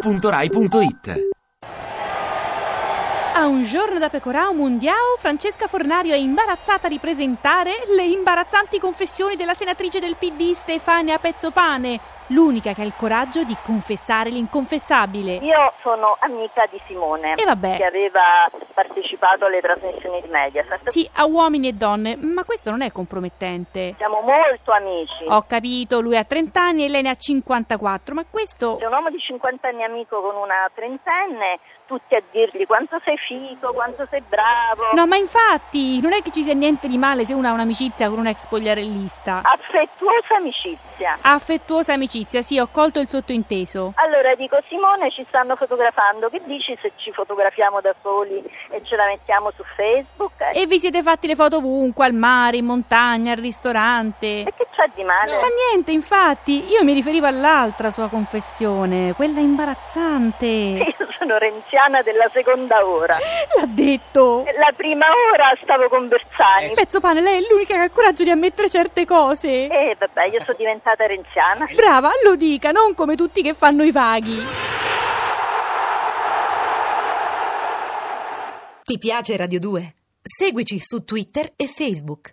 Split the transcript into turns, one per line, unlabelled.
radio2pod.rai.it
A un giorno da Pecorao Mondiao, Francesca Fornario è imbarazzata di presentare le imbarazzanti confessioni della senatrice del PD Stefania Pezzopane, l'unica che ha il coraggio di confessare l'inconfessabile.
Io sono amica di Simone,
E vabbè.
che aveva partecipato alle trasmissioni di Mediaset.
Sì, a uomini e donne, ma questo non è compromettente.
Siamo molto amici.
Ho capito, lui ha 30 anni e lei ne ha 54, ma questo...
C'è un uomo di 50 anni amico con una trentenne, tutti a dirgli quanto sei figo, quanto sei bravo,
No, ma infatti, non è che ci sia niente di male se una ha un'amicizia con un ex spogliarellista.
affettuosa amicizia.
Affettuosa amicizia, sì, ho colto il sottointeso.
Allora dico Simone ci stanno fotografando, che dici se ci fotografiamo da soli e ce la mettiamo su Facebook?
E vi siete fatti le foto ovunque, al mare, in montagna, al ristorante.
E che c'è di male?
Ma niente, infatti, io mi riferivo all'altra sua confessione, quella imbarazzante.
Io sono renziana della seconda ora.
L'ha detto.
La prima ora stavo con Bersani.
Pezzo pane, lei è l'unica che ha il coraggio di ammettere certe cose.
E Eh, vabbè, io sono diventata renziana.
Brava, lo dica, non come tutti che fanno i vaghi.
Ti piace Radio 2? Seguici su Twitter e Facebook.